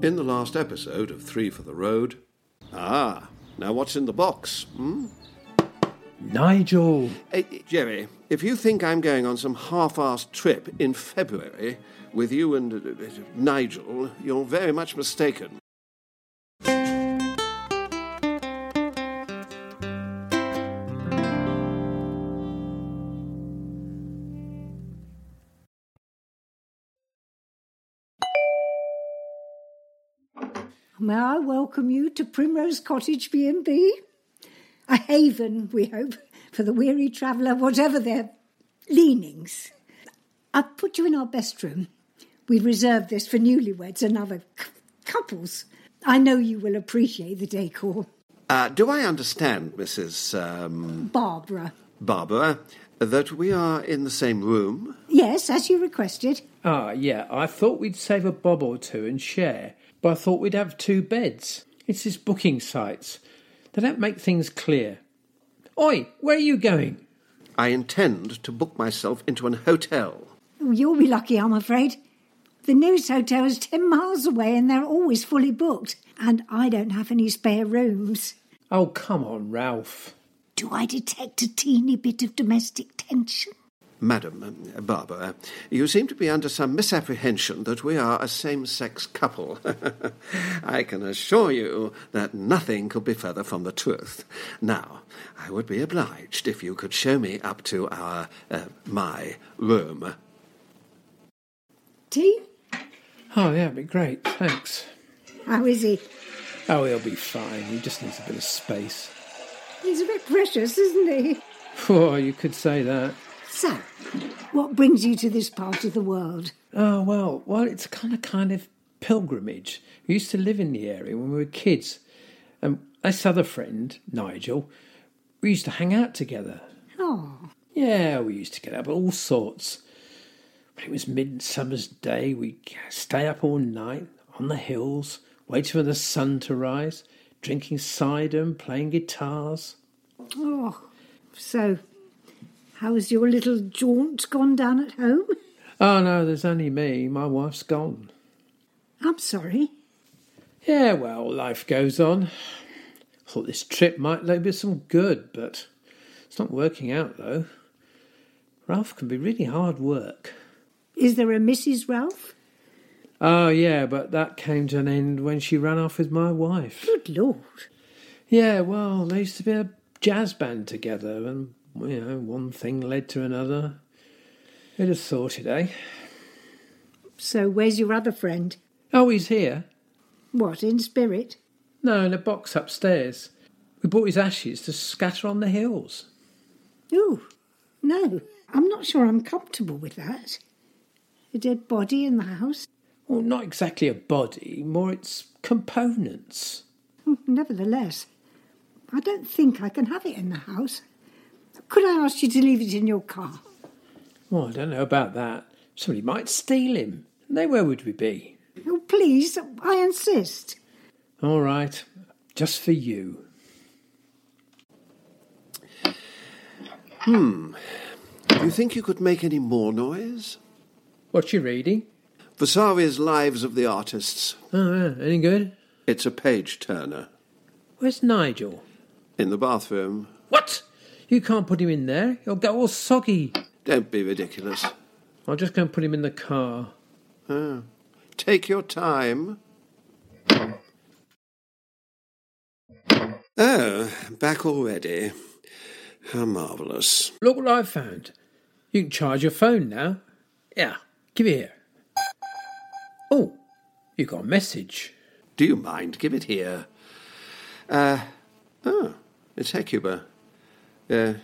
In the last episode of Three for the Road. Ah, now what's in the box? Hmm? Nigel! Eh, eh, Jerry, if you think I'm going on some half assed trip in February with you and uh, uh, Nigel, you're very much mistaken. May I welcome you to Primrose Cottage B&B? A haven, we hope, for the weary traveller, whatever their leanings. I've put you in our best room. We reserved this for newlyweds and other c- couples. I know you will appreciate the decor. Uh, do I understand, Mrs. Um, Barbara. Barbara, that we are in the same room? Yes, as you requested. Ah, yeah, I thought we'd save a bob or two and share, but I thought we'd have two beds. It's these booking sites. They don't make things clear. Oi, where are you going? I intend to book myself into an hotel. Oh, You'll be lucky, I'm afraid. The nearest hotel is 10 miles away and they're always fully booked. And I don't have any spare rooms. Oh, come on, Ralph. Do I detect a teeny bit of domestic tension? Madam uh, Barbara, you seem to be under some misapprehension that we are a same sex couple. I can assure you that nothing could be further from the truth. Now, I would be obliged if you could show me up to our, uh, my room. Tea? Oh, yeah, it'd be great, thanks. How is he? Oh, he'll be fine. He just needs a bit of space. He's a bit precious, isn't he? Oh, you could say that. So, what brings you to this part of the world? Oh well, well, it's kind of kind of pilgrimage. We used to live in the area when we were kids, and this other friend, Nigel, we used to hang out together. Oh, Yeah, we used to get up at all sorts. When it was midsummer's day, we'd stay up all night on the hills, waiting for the sun to rise, drinking cider and playing guitars. oh. So, how has your little jaunt gone down at home? Oh no, there's only me. My wife's gone. I'm sorry. Yeah, well, life goes on. Thought this trip might do me some good, but it's not working out though. Ralph can be really hard work. Is there a Mrs. Ralph? Oh yeah, but that came to an end when she ran off with my wife. Good Lord. Yeah, well, they used to be a jazz band together, and you know, one thing led to another. Who'd have thought it, eh? So, where's your other friend? Oh, he's here. What, in spirit? No, in a box upstairs. We brought his ashes to scatter on the hills. Oh, no. I'm not sure I'm comfortable with that. A dead body in the house? Well, not exactly a body, more its components. Nevertheless, I don't think I can have it in the house. Could I ask you to leave it in your car? Well, I don't know about that. Somebody might steal him. And then where would we be? Oh, please, I insist. All right, just for you. Do you think you could make any more noise? What you reading? Vasari's Lives of the Artists. Oh, yeah, any good? It's a page turner. Where's Nigel? In the bathroom. What? You can't put him in there. He'll get all soggy. Don't be ridiculous. i will just go and put him in the car. Take your time. Oh, back already. How marvellous. Look what I've found. You can charge your phone now. Yeah, give it here. Oh, you got a message. Do you mind? Give it here. Uh, oh, it's Hecuba. Uh,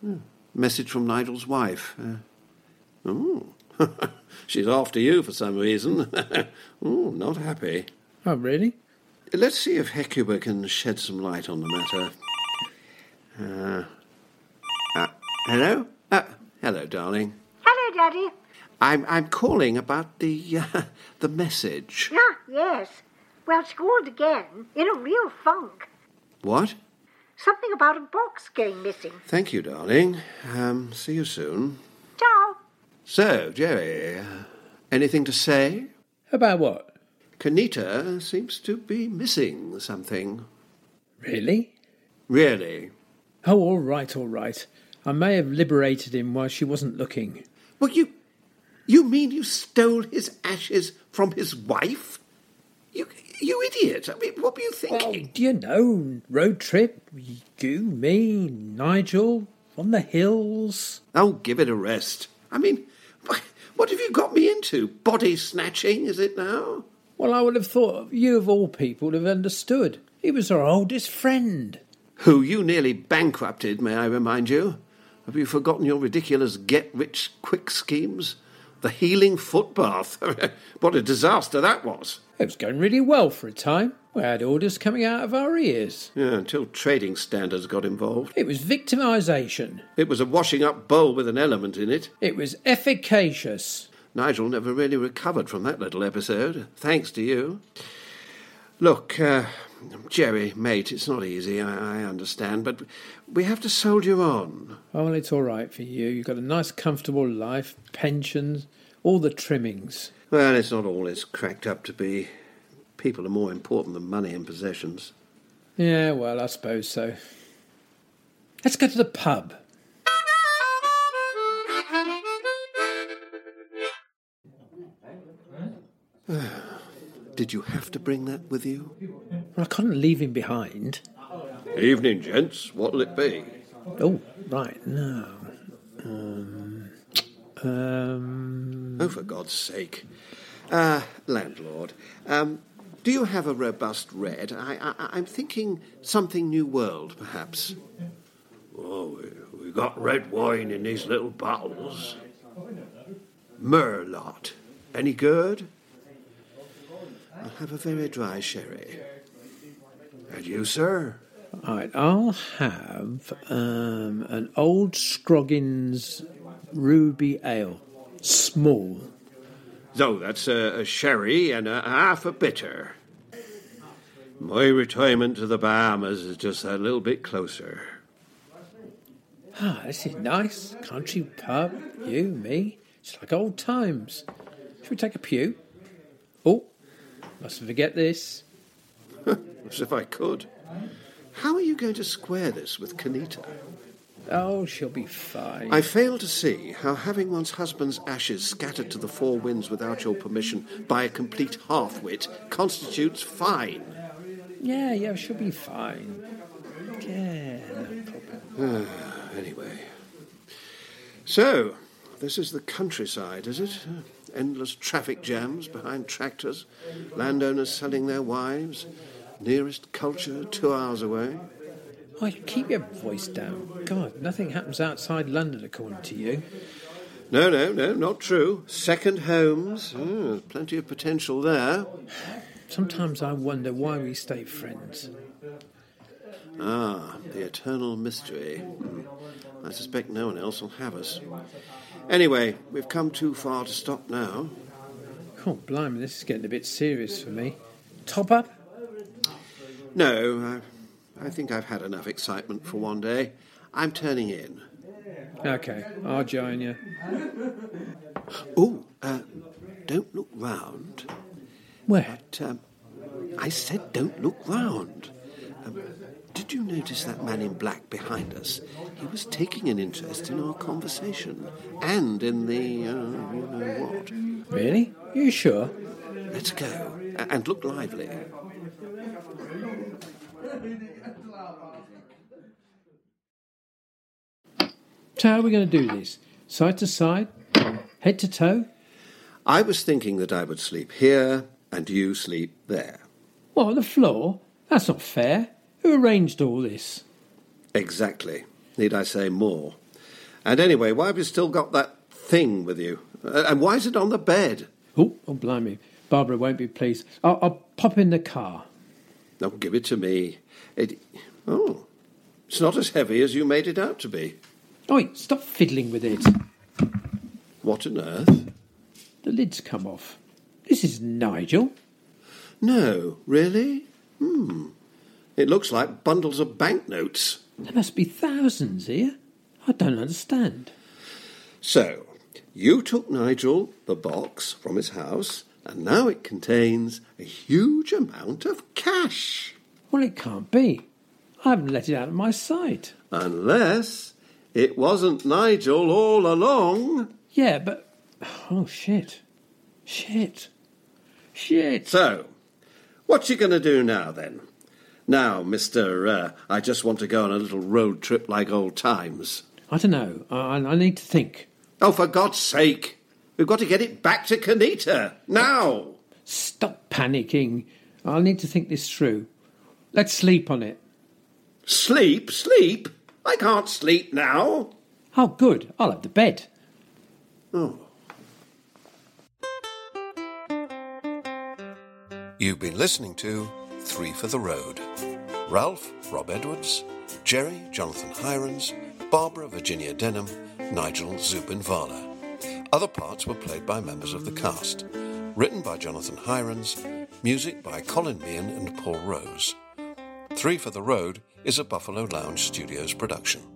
hmm, message from Nigel's wife. Uh, ooh. She's after you for some reason. ooh, not happy. Oh, really? Let's see if Hecuba can shed some light on the matter. Uh, uh, hello? Uh, hello, darling. Hello, Daddy. I'm I'm calling about the uh, the message. Ah, yes. Well, she called again, in a real funk. What? Something about a box going missing. Thank you, darling. Um, see you soon. Ciao. So, Jerry, uh, anything to say? About what? Kanita seems to be missing something. Really? Really? Oh, all right, all right. I may have liberated him while she wasn't looking. Well, you. You mean you stole his ashes from his wife? You, you idiot! I mean, what were you Oh, thinking? do you know, road trip, you, me, Nigel, on the hills. Oh, give it a rest. I mean, wh- what have you got me into? Body snatching, is it now? Well, I would have thought you of all people would have understood. He was our oldest friend. Who you nearly bankrupted, may I remind you? Have you forgotten your ridiculous get rich quick schemes? The healing foot bath. what a disaster that was. It was going really well for a time. We had orders coming out of our ears. Yeah, until trading standards got involved. It was victimisation. It was a washing up bowl with an element in it. It was efficacious. Nigel never really recovered from that little episode, thanks to you. Look, uh, Jerry, mate, it's not easy, I, I understand, but we have to soldier on. Oh, well, it's all right for you. You've got a nice, comfortable life, pensions, all the trimmings. Well, it's not all it's cracked up to be. People are more important than money and possessions. Yeah, well, I suppose so. Let's go to the pub. Did you have to bring that with you? Well, I couldn't leave him behind. Evening, gents. What'll it be? Oh, right, no. Um, um, Oh, for God's sake. Uh, landlord, um, do you have a robust red? I, I, I'm thinking something New World, perhaps. Oh, we, we got red wine in these little bottles. Merlot. Any good? I'll have a very dry sherry. And you, sir? all right, I'll have um, an old Scroggins Ruby Ale, small. So that's a, a sherry and a half a bitter. My retirement to the Bahamas is just a little bit closer. Ah, this is nice. Country pub, you, me. It's like old times. Should we take a pew? Oh, mustn't forget this. As if I could. How are you going to square this with Kanita? Oh, she'll be fine. I fail to see how having one's husband's ashes scattered to the four winds without your permission by a complete half wit constitutes fine. Yeah, yeah, she'll be fine. Yeah, no problem. Anyway. So, this is the countryside, is it? Endless traffic jams behind tractors, landowners selling their wives, nearest culture two hours away. Oh, you keep your voice down. God, nothing happens outside London, according to you. No, no, no, not true. Second homes, oh, plenty of potential there. Sometimes I wonder why we stay friends. Ah, the eternal mystery. Hmm. I suspect no one else will have us. Anyway, we've come too far to stop now. Oh, blimey, this is getting a bit serious for me. Top up? No, I, I think I've had enough excitement for one day. I'm turning in. Okay, I'll join you. Oh, uh, don't look round. Where? But, um, I said don't look round. Um, did you notice that man in black behind us? He was taking an interest in our conversation and in the, uh, you know what. Really? You sure? Let's go a- and look lively. So how are we going to do this? Side to side, head to toe. I was thinking that I would sleep here and you sleep there. What on the floor? That's not fair. Who arranged all this? Exactly. Need I say more? And anyway, why have you still got that thing with you? Uh, and why is it on the bed? Oh, oh blimey, Barbara won't be pleased. I'll, I'll pop in the car. Oh, give it to me. It. Oh, it's not as heavy as you made it out to be. Oi, stop fiddling with it. What on earth? The lid's come off. This is Nigel. No, really? Hmm. It looks like bundles of banknotes. There must be thousands here. I don't understand. So, you took Nigel the box from his house, and now it contains a huge amount of cash. Well, it can't be. I haven't let it out of my sight. Unless it wasn't Nigel all along. Yeah, but. Oh, shit. Shit. Shit. So, what you going to do now then? Now, Mr. Uh, I just want to go on a little road trip like old times. I don't know. I, I need to think. Oh, for God's sake! We've got to get it back to Kanita now. Stop panicking. I'll need to think this through. Let's sleep on it. Sleep, sleep. I can't sleep now. Oh, good. I'll have the bed. Oh, You've been listening to Three for the Road. Ralph, Rob Edwards, Jerry, Jonathan Hirons, Barbara, Virginia Denham, Nigel, Zubin Vala. Other parts were played by members of the cast. Written by Jonathan Hirons, music by Colin Meehan and Paul Rose. Three for the Road is a Buffalo Lounge Studios production.